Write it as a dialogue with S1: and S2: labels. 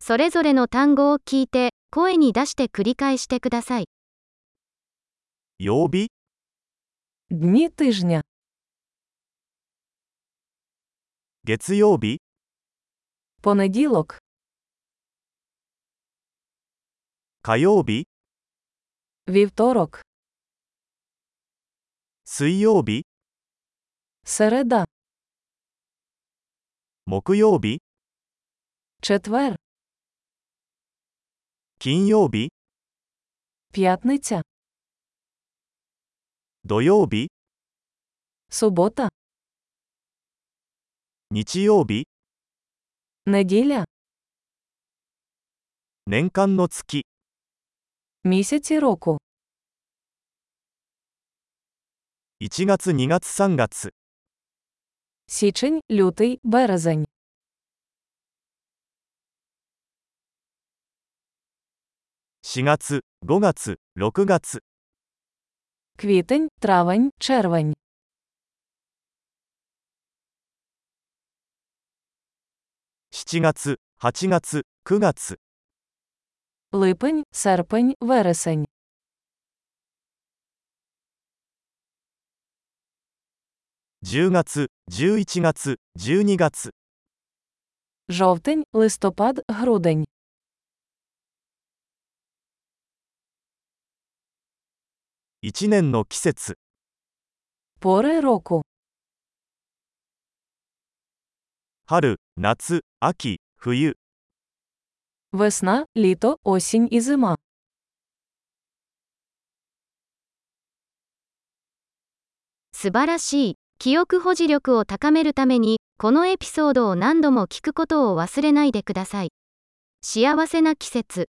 S1: それぞれの単語を聞いて、声に出して繰り返してください。
S2: 曜日、
S3: Дни тижня.
S2: 月曜日、
S3: Понеділок,
S2: 火曜日、
S3: вівторок,
S2: 水曜日、
S3: середа,
S2: 木曜日、
S3: четвер,
S2: 金曜日、
S3: п'ятниця,
S2: 土曜日、
S3: субота,
S2: 日曜日、
S3: неділя,
S2: 年間の月、
S3: місяці року,
S2: 1月2月3月、
S3: січень, лютий, березень,
S2: 4月、5月、6月、
S3: квітень, травень, червень,
S2: 7月、8月、9月、
S3: липень, серпень, вересень,
S2: 10月、11月、12月、
S3: жовтень, листопад, грудень,
S2: 1年の季節、
S3: пори року,
S2: 春、夏、秋、冬、
S3: весна, літо, осінь і зима,
S1: 素晴らしい。記憶保持力を高めるために、このエピソードを何度も聞くことを忘れないでください。幸せな季節。